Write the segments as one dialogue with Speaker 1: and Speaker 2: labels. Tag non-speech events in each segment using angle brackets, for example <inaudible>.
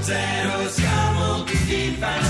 Speaker 1: zero siamo tutti fan.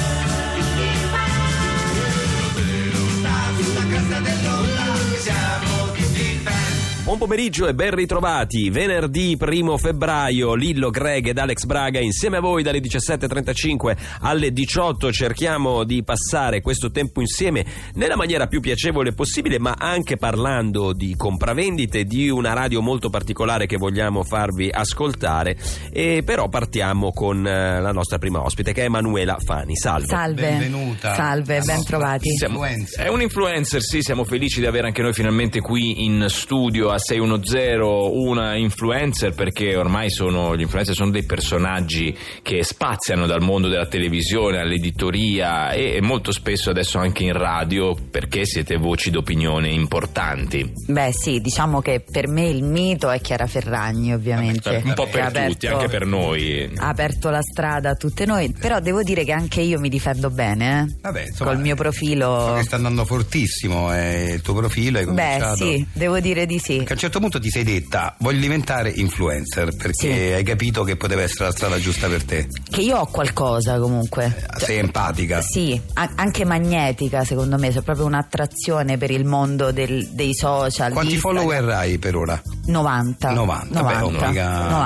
Speaker 1: Sulla casa dell'onda siamo tutti fan.
Speaker 2: Buon pomeriggio e ben ritrovati. Venerdì 1 febbraio, Lillo Greg ed Alex Braga insieme a voi dalle 17.35 alle 18 cerchiamo di passare questo tempo insieme nella maniera più piacevole possibile, ma anche parlando di compravendite, di una radio molto particolare che vogliamo farvi ascoltare. E però partiamo con eh, la nostra prima ospite che è Emanuela Fani. Salve.
Speaker 3: Salve.
Speaker 4: Benvenuta.
Speaker 3: Salve,
Speaker 4: La
Speaker 3: ben
Speaker 4: nostra
Speaker 3: trovati.
Speaker 4: Siamo- influencer.
Speaker 5: È un influencer, sì, siamo felici di avere anche noi finalmente qui in studio a 610 una influencer perché ormai sono, gli influencer sono dei personaggi che spaziano dal mondo della televisione all'editoria e, e molto spesso adesso anche in radio perché siete voci d'opinione importanti.
Speaker 3: Beh sì, diciamo che per me il mito è Chiara Ferragni
Speaker 4: Eh,
Speaker 3: ovviamente.
Speaker 5: Un po'
Speaker 3: che
Speaker 5: per
Speaker 3: ha aperto-
Speaker 5: tutti, anche per noi.
Speaker 3: Ha aperto la strada a tutte noi, però devo dire che anche io mi difendo bene. eh.
Speaker 4: Vabbè, insomma,
Speaker 3: Col mio
Speaker 4: so
Speaker 3: profilo.
Speaker 4: che sta andando fortissimo eh, il tuo profilo hai
Speaker 3: Beh
Speaker 4: cominciato
Speaker 3: sì, devo dire di sì.
Speaker 4: Che a un certo punto ti sei detta voglio diventare influencer perché
Speaker 3: Sì.
Speaker 4: hai capito che poteva essere la strada giusta per te
Speaker 3: Che io ho qualcosa comunque. Cioè,
Speaker 4: sei empatica
Speaker 3: Sì, a- anche magnetica secondo me, c'è proprio un'attrazione per il mondo del- dei social.
Speaker 4: quanti
Speaker 3: di Instagram.
Speaker 4: follower hai per ora? Cioè,
Speaker 3: 90.
Speaker 4: 90, beh, oh, mica-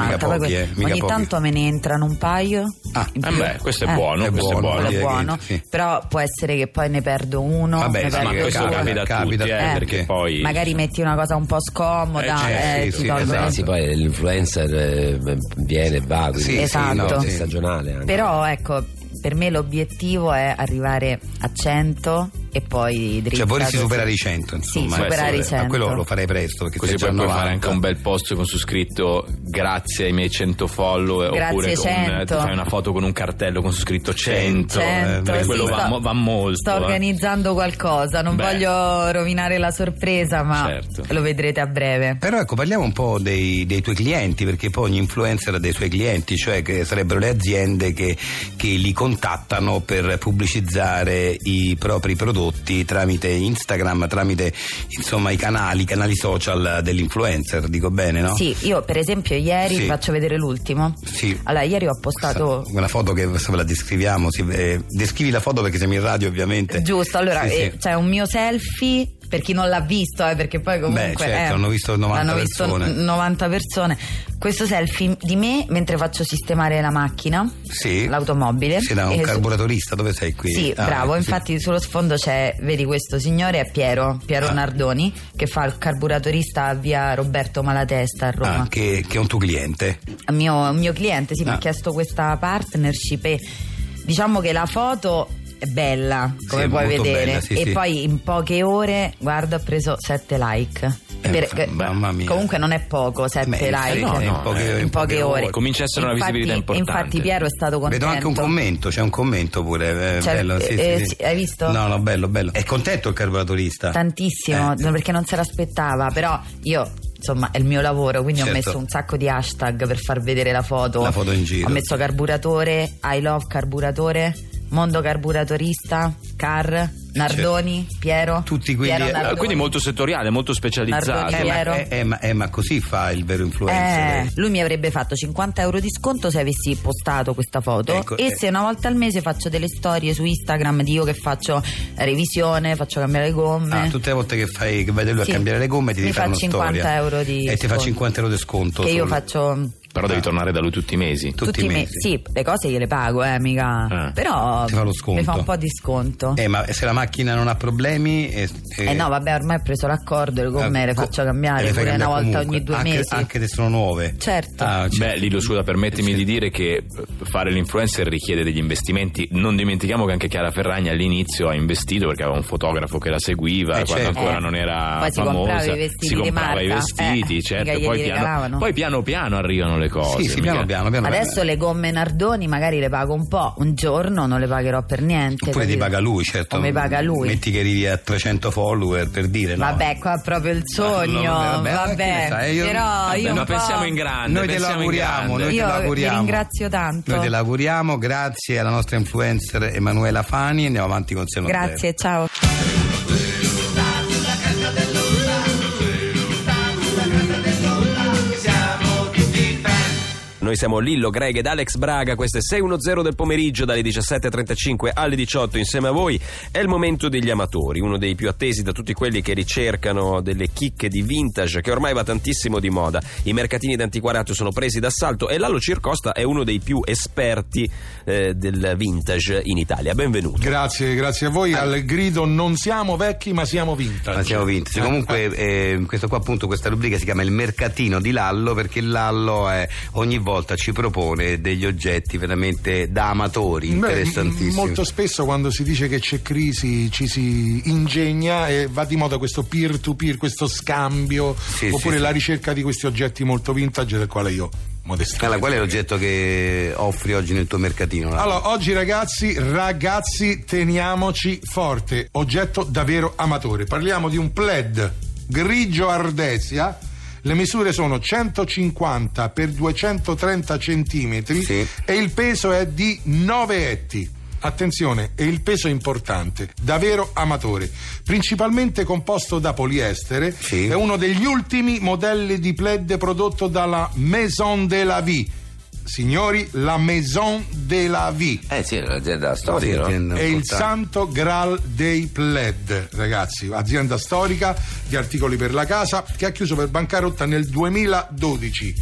Speaker 4: mica
Speaker 3: poi
Speaker 4: pochi,
Speaker 3: que-
Speaker 4: eh, mica
Speaker 3: ogni
Speaker 4: pochi.
Speaker 3: tanto me ne entrano un paio.
Speaker 4: Ah,
Speaker 3: in
Speaker 5: eh
Speaker 3: più.
Speaker 5: beh, questo è buono,
Speaker 4: è
Speaker 5: questo è
Speaker 4: buono,
Speaker 5: buono.
Speaker 3: quello
Speaker 4: dire
Speaker 3: è
Speaker 4: che-
Speaker 3: buono,
Speaker 4: sì.
Speaker 3: però può essere che poi ne perdo uno.
Speaker 4: Vabbè,
Speaker 3: ne
Speaker 4: sì,
Speaker 3: perdo
Speaker 5: Ma
Speaker 4: che
Speaker 5: questo
Speaker 3: due.
Speaker 5: capita, a tutti,
Speaker 4: capita.
Speaker 5: eh,
Speaker 3: Eh.
Speaker 5: perché poi...
Speaker 3: Magari metti una cosa un po' scomoda,
Speaker 5: Eh,
Speaker 4: certo,
Speaker 3: eh,
Speaker 4: sì,
Speaker 3: ti
Speaker 4: sì,
Speaker 3: tolgono-
Speaker 4: esatto.
Speaker 6: Eh sì, poi l'influencer eh, viene e va, quindi
Speaker 4: Sì, sì,
Speaker 3: Esatto. no, sì.
Speaker 6: è stagionale anche.
Speaker 3: Però ecco, per me l'obiettivo è arrivare a 100 e poi dritta.
Speaker 4: cioè vorresti
Speaker 3: così.
Speaker 4: superare i 100 insomma
Speaker 3: Sì,
Speaker 4: eh,
Speaker 3: superare i
Speaker 4: sì, ma
Speaker 3: 100.
Speaker 4: quello lo farei presto perché
Speaker 5: Così
Speaker 4: sei già
Speaker 5: poi puoi
Speaker 4: 90.
Speaker 5: fare anche un bel post con su scritto grazie ai miei 100 follower
Speaker 3: Grazie,
Speaker 5: oppure con, eh,
Speaker 3: 100.
Speaker 5: ti fai una foto con un cartello con su scritto 100.
Speaker 3: 100,
Speaker 5: eh,
Speaker 3: Certo, sì,
Speaker 5: quello va,
Speaker 3: sto-
Speaker 5: mo- va molto.
Speaker 3: Sto
Speaker 5: eh.
Speaker 3: organizzando qualcosa, non
Speaker 5: Beh.
Speaker 3: voglio rovinare la sorpresa, ma
Speaker 5: Certo.
Speaker 3: lo vedrete a breve.
Speaker 4: Però ecco, parliamo un po' dei, dei tuoi clienti, perché poi ogni influencer ha dei suoi clienti, cioè che sarebbero le aziende che, che li contattano per pubblicizzare i propri prodotti tramite Instagram, tramite insomma i canali, i canali social dell'influencer, dico bene, no?
Speaker 3: Sì, io per esempio ieri
Speaker 4: Sì.
Speaker 3: vi faccio vedere l'ultimo.
Speaker 4: Sì.
Speaker 3: Allora, ieri ho postato.
Speaker 4: Questa- Una foto che adesso ve la descriviamo, sì, eh, descrivi la foto perché siamo in radio ovviamente.
Speaker 3: Giusto, allora
Speaker 4: Sì, sì.
Speaker 3: eh, c'è un mio selfie per chi non l'ha visto, eh, perché poi comunque.
Speaker 4: Beh, certo,
Speaker 3: eh,
Speaker 4: hanno visto 90
Speaker 3: l'hanno visto
Speaker 4: persone.
Speaker 3: 90 persone. Questo selfie di me mentre faccio sistemare la macchina,
Speaker 4: Sì.
Speaker 3: l'automobile.
Speaker 4: Sei da un
Speaker 3: E-
Speaker 4: carburatorista, dove sei qui?
Speaker 3: Sì,
Speaker 4: Ah,
Speaker 3: bravo.
Speaker 4: sì.
Speaker 3: Infatti, sullo sfondo c'è, vedi, questo signore è Piero, Piero
Speaker 4: Ah.
Speaker 3: Nardoni, che fa il carburatorista a via Roberto Malatesta a Roma.
Speaker 4: Ah, che, che è un tuo cliente.
Speaker 3: Un mio, un mio cliente sì, mi
Speaker 4: Ah.
Speaker 3: ha chiesto questa partnership e diciamo che la foto è bella come
Speaker 4: Sì,
Speaker 3: puoi
Speaker 4: molto
Speaker 3: vedere
Speaker 4: bella, sì,
Speaker 3: e
Speaker 4: sì.
Speaker 3: poi in poche ore guarda ho preso 7 like
Speaker 4: Eh,
Speaker 3: Per-
Speaker 4: mamma mia.
Speaker 3: comunque non è poco 7
Speaker 4: Beh,
Speaker 3: like
Speaker 4: sì, no,
Speaker 3: in,
Speaker 4: no,
Speaker 3: poche,
Speaker 4: eh, in poche
Speaker 3: ore
Speaker 4: ore.
Speaker 5: Comincia a essere una
Speaker 3: Infatti-
Speaker 5: visibilità importante.
Speaker 3: infatti Piero è stato contento
Speaker 4: Vedo anche un commento, c'è un commento pure. eh,
Speaker 3: C'è-
Speaker 4: bello, sì,
Speaker 3: eh,
Speaker 4: sì,
Speaker 3: eh,
Speaker 4: sì.
Speaker 3: sì, hai visto?
Speaker 4: No, no, bello, bello. È contento il carburatorista?
Speaker 3: tantissimo
Speaker 4: Eh.
Speaker 3: no, perché non se l'aspettava però io insomma è il mio lavoro quindi ho
Speaker 4: Certo.
Speaker 3: messo un sacco di hashtag per far vedere la foto
Speaker 4: La foto in giro.
Speaker 3: ho messo carburatore I love carburatore mondo carburatorista car Nardoni Piero
Speaker 4: Certo. Tutti quelli-
Speaker 3: Piero
Speaker 4: eh,
Speaker 5: Eh,
Speaker 3: Nardoni.
Speaker 5: Quindi molto settoriale, molto specializzato.
Speaker 3: Nardoni,
Speaker 4: Eh,
Speaker 3: Piero.
Speaker 4: ma, eh, eh, ma- eh, ma così fa il vero influencer.
Speaker 3: Eh, lui mi avrebbe fatto 50 euro di sconto se avessi postato questa foto
Speaker 4: Ecco,
Speaker 3: e
Speaker 4: eh.
Speaker 3: se una volta al mese faccio delle storie su Instagram di io che faccio revisione, faccio cambiare le gomme.
Speaker 4: Ah, tutte le volte che, fai, che vai da lui
Speaker 3: Sì.
Speaker 4: a cambiare le gomme ti
Speaker 3: Mi
Speaker 4: devi fare
Speaker 3: fa
Speaker 4: una
Speaker 3: 50
Speaker 4: storia.
Speaker 3: euro di
Speaker 4: E ti fa
Speaker 3: sconto.
Speaker 4: 50 euro di sconto.
Speaker 3: che io
Speaker 4: sul-
Speaker 3: faccio
Speaker 5: Però devi tornare da lui tutti i mesi.
Speaker 4: tutti i mesi.
Speaker 3: Sì, le cose gliele pago, eh, mica.
Speaker 5: Ah.
Speaker 3: Però
Speaker 4: Ti fa lo sconto.
Speaker 3: mi fa un po' di sconto. Eh,
Speaker 4: Eh, ma se la macchina non ha problemi... Eh,
Speaker 3: no, vabbè, ormai ho preso l'accordo, le gomme
Speaker 4: eh,
Speaker 3: le
Speaker 4: co-
Speaker 3: faccio
Speaker 4: le
Speaker 3: cambiare
Speaker 4: fai
Speaker 3: pure una
Speaker 4: cambiare
Speaker 3: volta
Speaker 4: comunque,
Speaker 3: ogni due
Speaker 4: anche,
Speaker 3: mesi.
Speaker 4: Anche se sono nuove.
Speaker 3: Certo.
Speaker 4: Ah, cioè,
Speaker 5: Beh, Lillo, scusa, permettimi di dire che eh, fare l'influencer richiede degli investimenti. Non dimentichiamo che anche Chiara Ferragni all'inizio ha investito perché aveva un fotografo che la seguiva
Speaker 4: Eh,
Speaker 5: quando
Speaker 4: certo.
Speaker 5: ancora
Speaker 3: Eh.
Speaker 5: non era
Speaker 3: Poi si
Speaker 5: famosa.
Speaker 3: comprava i vestiti
Speaker 5: si
Speaker 3: di
Speaker 5: comprava i
Speaker 3: marca.
Speaker 5: vestiti,
Speaker 3: Eh,
Speaker 5: certo.
Speaker 3: mica glieli
Speaker 5: Poi piano,
Speaker 3: regalavano.
Speaker 5: poi piano piano arrivano le cose.
Speaker 4: sì, sì,
Speaker 5: mica-
Speaker 4: piano piano, piano
Speaker 3: Adesso
Speaker 4: piano.
Speaker 3: le gomme Nardoni magari le pago un po', un giorno non le pagherò per niente.
Speaker 4: Oppure ti
Speaker 3: capito?
Speaker 4: paga lui, certo.
Speaker 3: O mi paga lui.
Speaker 4: Metti che arrivi a 300 follower per dire, no?
Speaker 3: Vabbè, qua è proprio il sogno.
Speaker 4: no,
Speaker 3: vabbè,
Speaker 4: vabbè, che ne sai, io-
Speaker 3: però
Speaker 4: vabbè,
Speaker 3: io.
Speaker 5: ma
Speaker 3: un po'-
Speaker 5: pensiamo in grande.
Speaker 4: Ah, Noi te lo
Speaker 5: pensiamo in
Speaker 4: auguriamo,
Speaker 5: grande.
Speaker 4: noi te
Speaker 3: Io
Speaker 4: lo
Speaker 3: vi
Speaker 4: auguriamo.
Speaker 3: ringrazio tanto.
Speaker 4: Noi te lo auguriamo, grazie alla nostra influencer Emanuela Fani. Andiamo avanti con Seno Zero.
Speaker 3: Grazie, ciao.
Speaker 1: Siamo tutti fan.
Speaker 2: Noi Noi siamo Lillo Greg ed Alex Braga, queste 6.10 del pomeriggio dalle 17.35 alle 18 insieme a voi. È il momento degli amatori, uno dei più attesi da tutti quelli che ricercano delle chicche di vintage che ormai va tantissimo di moda. I mercatini d'antiquariato sono presi d'assalto e Lalo Circosta è uno dei più esperti eh, del vintage in Italia. Benvenuto.
Speaker 7: Grazie, grazie a voi. Al grido non siamo vecchi ma siamo vintage.
Speaker 4: Ma siamo vinti.
Speaker 7: Eh,
Speaker 4: Comunque, eh, questo qua appunto, questa rubrica si chiama Il mercatino di Lallo perché Lallo eh, ogni volta ci propone degli oggetti veramente da amatori
Speaker 7: Beh,
Speaker 4: interessantissimi.
Speaker 7: m- Molto spesso quando si dice che c'è crisi ci si ingegna e va di moda questo peer-to-peer, questo scambio,
Speaker 4: Sì,
Speaker 7: oppure
Speaker 4: sì,
Speaker 7: la
Speaker 4: sì.
Speaker 7: ricerca di questi oggetti molto vintage del quale io modestamente.
Speaker 4: Allora, qual è l'oggetto che offri oggi nel tuo mercatino? Lallo?
Speaker 7: Allora, oggi ragazzi, ragazzi, teniamoci forte. Oggetto davvero amatore. Parliamo di un plaid grigio ardesia. Le misure sono 150 x 230 cm
Speaker 4: Sì.
Speaker 7: e il peso è di 9 etti. Attenzione, e il peso è importante, davvero amatore. Principalmente composto da poliestere,
Speaker 4: Sì.
Speaker 7: è uno degli ultimi modelli di plaid prodotto dalla Maison de la Vie. Signori, la Maison de la Vie
Speaker 6: Eh sì, è un'azienda
Speaker 4: Sì,
Speaker 6: storica, no?
Speaker 4: azienda
Speaker 7: è il
Speaker 4: importante.
Speaker 7: santo graal dei plaid ragazzi azienda storica di articoli per la casa che ha chiuso per bancarotta nel 2012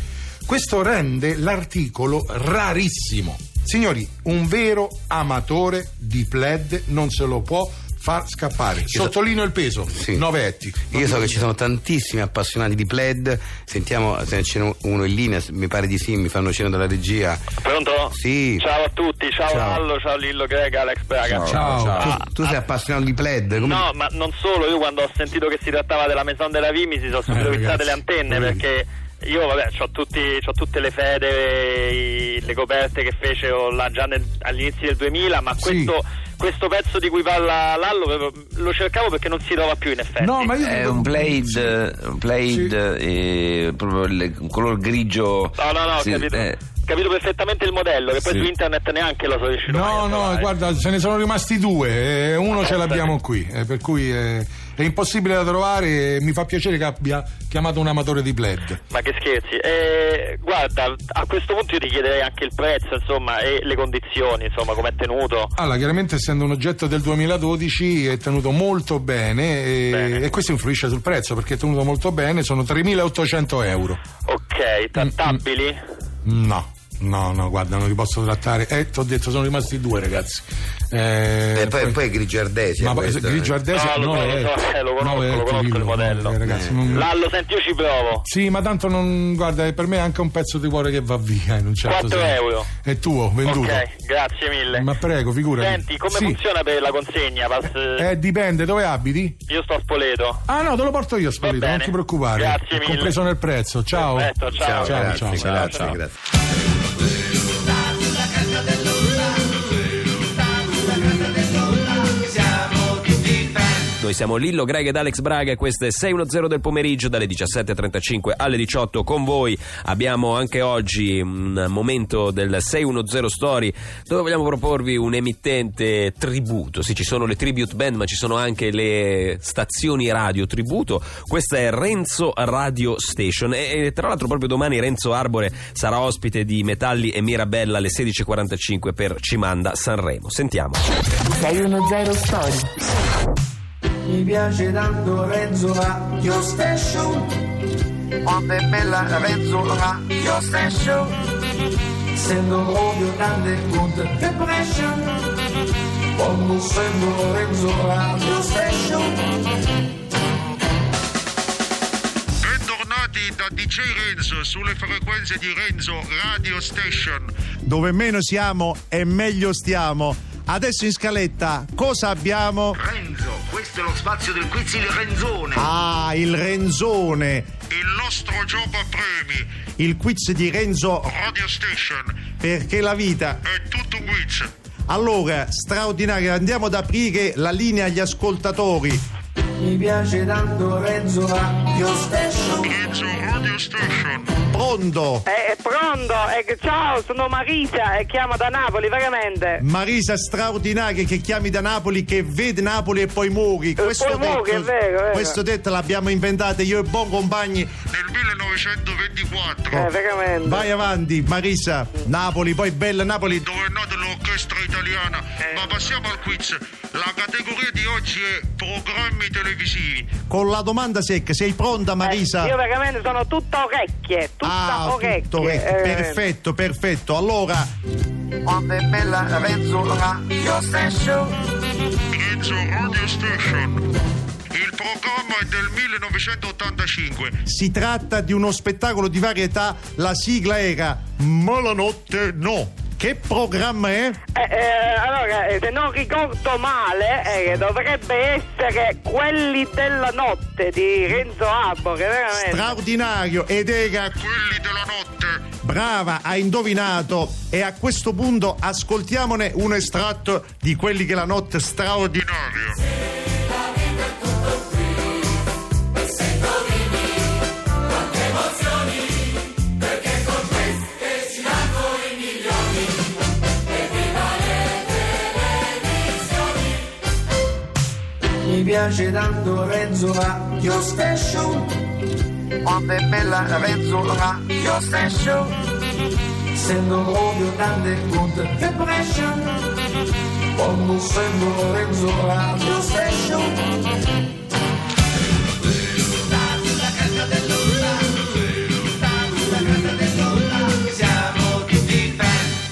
Speaker 7: questo rende l'articolo rarissimo signori un vero amatore di plaid non se lo può far scappare sottolineo il peso
Speaker 4: Sì.
Speaker 7: 9 etti
Speaker 4: Io so che ci sono tantissimi appassionati di plaid, sentiamo se ce n'è uno in linea, mi pare di sì, mi fanno cenno dalla regia.
Speaker 8: Pronto?
Speaker 4: Sì.
Speaker 8: Ciao a tutti, ciao,
Speaker 4: Ciao.
Speaker 8: Allo, ciao Lillo Greg, Alex Braga.
Speaker 7: Ciao.
Speaker 4: Tu, tu sei appassionato di plaid? Come
Speaker 8: No, ma non solo, io quando ho sentito che si trattava della Maison della Vie mi si sono subito
Speaker 7: Eh,
Speaker 8: pizzate
Speaker 7: ragazzi,
Speaker 8: le antenne
Speaker 7: poverini.
Speaker 8: perché io vabbè ho, tutte le fede, i- le coperte che fecero là già nel- agli inizi del 2000, ma
Speaker 7: Sì.
Speaker 8: questo, questo pezzo di cui parla Lallo proprio- lo cercavo perché non si trova più in effetti.
Speaker 7: no ma io
Speaker 6: È
Speaker 7: dico-
Speaker 6: un
Speaker 7: Sì.
Speaker 6: plaid, un plaid
Speaker 7: Sì.
Speaker 6: eh, proprio il un color grigio.
Speaker 8: No, no, no, ho
Speaker 6: Sì,
Speaker 8: capito,
Speaker 6: eh,
Speaker 8: ho capito perfettamente il modello, che poi
Speaker 6: Sì.
Speaker 8: su internet neanche lo so riuscito mai a
Speaker 7: No, no,
Speaker 8: trovare.
Speaker 7: guarda, se ne sono rimasti due, eh, uno ce l'abbiamo
Speaker 8: <laughs>
Speaker 7: qui, eh, per cui eh, è impossibile da trovare e mi fa piacere che abbia chiamato un amatore di plaid.
Speaker 8: Ma che scherzi, Eh, guarda, a questo punto io ti chiederei anche il prezzo, insomma, e le condizioni, insomma, com'è tenuto.
Speaker 7: Allora, chiaramente essendo un oggetto del 2012 è tenuto molto bene e,
Speaker 8: Bene.
Speaker 7: e questo influisce sul prezzo perché è tenuto molto bene, sono 3.800 euro.
Speaker 8: Ok, trattabili?
Speaker 7: Mm, No. No, no, guarda, non li posso trattare. Eh, ti ho detto, sono rimasti due, ragazzi. Eh,
Speaker 4: E poi, poi è grigio ardesia.
Speaker 7: ma poi,
Speaker 4: questo, eh.
Speaker 7: grigio ardese
Speaker 8: No, lo
Speaker 7: nove
Speaker 8: so, lo so,
Speaker 7: etti.
Speaker 8: eh, lo conosco,
Speaker 7: Nove
Speaker 8: lo
Speaker 7: etti,
Speaker 8: conosco il
Speaker 7: dillo,
Speaker 8: modello.
Speaker 7: eh, ragazzi, non-
Speaker 8: Lallo, senti, io ci provo.
Speaker 7: Sì, ma tanto non. Guarda, eh, per me è anche un pezzo di cuore che va via in un certo
Speaker 8: 4
Speaker 7: senso.
Speaker 8: euro.
Speaker 7: È tuo, venduto.
Speaker 8: Ok, grazie mille.
Speaker 7: Ma prego, figurati.
Speaker 8: Senti, come
Speaker 7: Sì.
Speaker 8: funziona per la consegna? Pass-
Speaker 7: Eh, dipende, dove abiti?
Speaker 8: Io sto a Spoleto.
Speaker 7: Ah no, te lo porto io, Spalito, non
Speaker 8: bene.
Speaker 7: ti preoccupare.
Speaker 8: Grazie mille.
Speaker 7: Compreso nel prezzo. Ciao.
Speaker 8: Perfetto, ciao.
Speaker 4: Ciao,
Speaker 7: ciao,
Speaker 4: grazie,
Speaker 7: ciao.
Speaker 4: grazie,
Speaker 8: ciao, ciao.
Speaker 4: grazie.
Speaker 1: siamo tutti fan.
Speaker 2: Noi siamo Lillo Greg ed Alex Braga e queste 6.10 del pomeriggio dalle 17.35 alle 18 con voi. Abbiamo anche oggi un momento del 610 Story dove vogliamo proporvi un emittente tributo. Sì, ci sono le tribute band ma ci sono anche le stazioni radio tributo. Questa è Renzo Radio Station e, e tra l'altro proprio domani Renzo Arbore sarà ospite di Metalli e Mirabella alle 16.45 per Cimanda Sanremo. Sentiamo.
Speaker 3: 610 Story.
Speaker 1: Mi piace tanto Renzo Radio Station Quando è bella Renzo Radio Station Sento proprio grande good depression Quando sento Renzo Radio Station
Speaker 9: Bentornati da DJ Renzo sulle frequenze di Renzo Radio Station.
Speaker 10: Dove meno siamo e meglio stiamo. Adesso in scaletta cosa abbiamo?
Speaker 9: Renzo, questo è lo spazio del quiz il Renzone.
Speaker 10: Ah, il Renzone,
Speaker 9: Il nostro gioco a premi.
Speaker 10: il quiz di Renzo
Speaker 9: Radio Station.
Speaker 10: perché la vita.
Speaker 9: È tutto quiz.
Speaker 10: Allora, straordinario, andiamo ad aprire la linea agli ascoltatori.
Speaker 1: Mi piace tanto Renzo Radio Radio Station.
Speaker 9: Renzo Radio Station.
Speaker 10: Pronto?
Speaker 11: Eh, pronto, eh, ciao, sono Marisa e chiamo da Napoli, veramente.
Speaker 10: Marisa straordinaria che chiami da Napoli, che vede Napoli e poi muori.
Speaker 11: Eh, poi muori, è vero, è vero.
Speaker 10: questo detto l'abbiamo inventato io e buon compagni.
Speaker 9: Nel 1924.
Speaker 11: Eh, veramente.
Speaker 10: Vai avanti, Marisa, Napoli, poi bella Napoli.
Speaker 9: Dove è nata l'orchestra italiana?
Speaker 8: Eh.
Speaker 9: Ma passiamo al quiz. La categoria di oggi è programmi televisivi.
Speaker 10: Con la domanda secca, sei pronta Marisa?
Speaker 11: Eh, Io veramente sono tutta orecchie, tutta
Speaker 10: ah,
Speaker 11: orecchie.
Speaker 10: tutto orecchie.
Speaker 11: eh,
Speaker 10: perfetto, perfetto. Allora,
Speaker 1: Onde bella Renzo Radio Station.
Speaker 9: Renzo Radio Station. Il programma è del 1985.
Speaker 10: si tratta di uno spettacolo di varietà. La sigla era Ma la notte no. Che programma è?
Speaker 11: eh, eh, allora, eh, se non ricordo male, eh, dovrebbe essere Quelli della notte di Renzo Arbore, veramente.
Speaker 10: Straordinario ed era
Speaker 9: Quelli della notte.
Speaker 10: brava, ha indovinato. E a questo punto ascoltiamone un estratto di quelli che la notte straordinaria.
Speaker 9: Binario.
Speaker 1: Mi piace tanto Renzo Radio Station. Onde bella Renzo Radio Station. Sendo proprio tante good vibration. Quando sento Renzo Radio Station.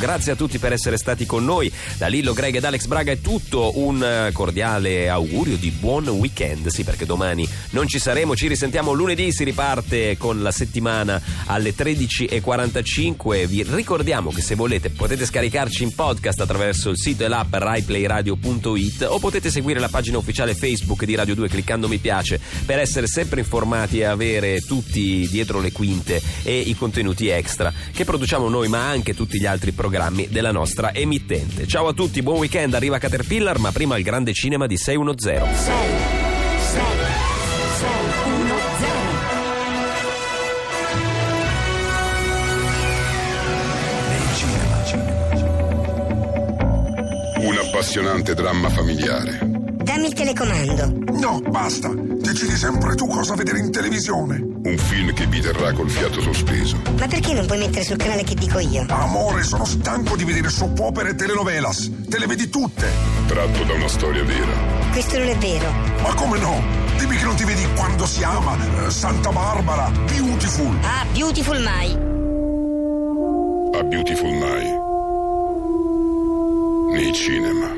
Speaker 2: Grazie a tutti per essere stati con noi. Da Lillo, Greg ed Alex Braga è tutto. Un eh, cordiale augurio di buon weekend. Sì, perché domani non ci saremo. Ci risentiamo lunedì. Si riparte con la settimana alle 13.45. Vi ricordiamo che se volete potete scaricarci in podcast attraverso il sito e l'app raiplayradio.it o potete seguire la pagina ufficiale Facebook di Radio 2 cliccando mi piace per essere sempre informati e avere tutti dietro le quinte e i contenuti extra che produciamo noi ma anche tutti gli altri programmi della nostra emittente. Ciao a tutti, buon weekend, arriva Caterpillar ma prima il grande cinema di 610.
Speaker 12: 6 6 6 1 0
Speaker 13: Un appassionante dramma familiare.
Speaker 14: Dammi il telecomando.
Speaker 15: No, basta. Decidi sempre tu cosa vedere in televisione.
Speaker 13: Un film che vi terrà col fiato sospeso.
Speaker 14: Ma perché non puoi mettere sul canale che dico io?
Speaker 15: Amore, sono stanco di vedere soap opere e telenovelas. Te le vedi tutte.
Speaker 13: Tratto da una storia vera.
Speaker 14: Questo non è vero.
Speaker 15: Ma come no? Dimmi che non ti vedi quando si ama, eh, Santa Barbara, Beautiful.
Speaker 14: Ah, Beautiful Mai.
Speaker 13: A Beautiful Night. Nei cinema.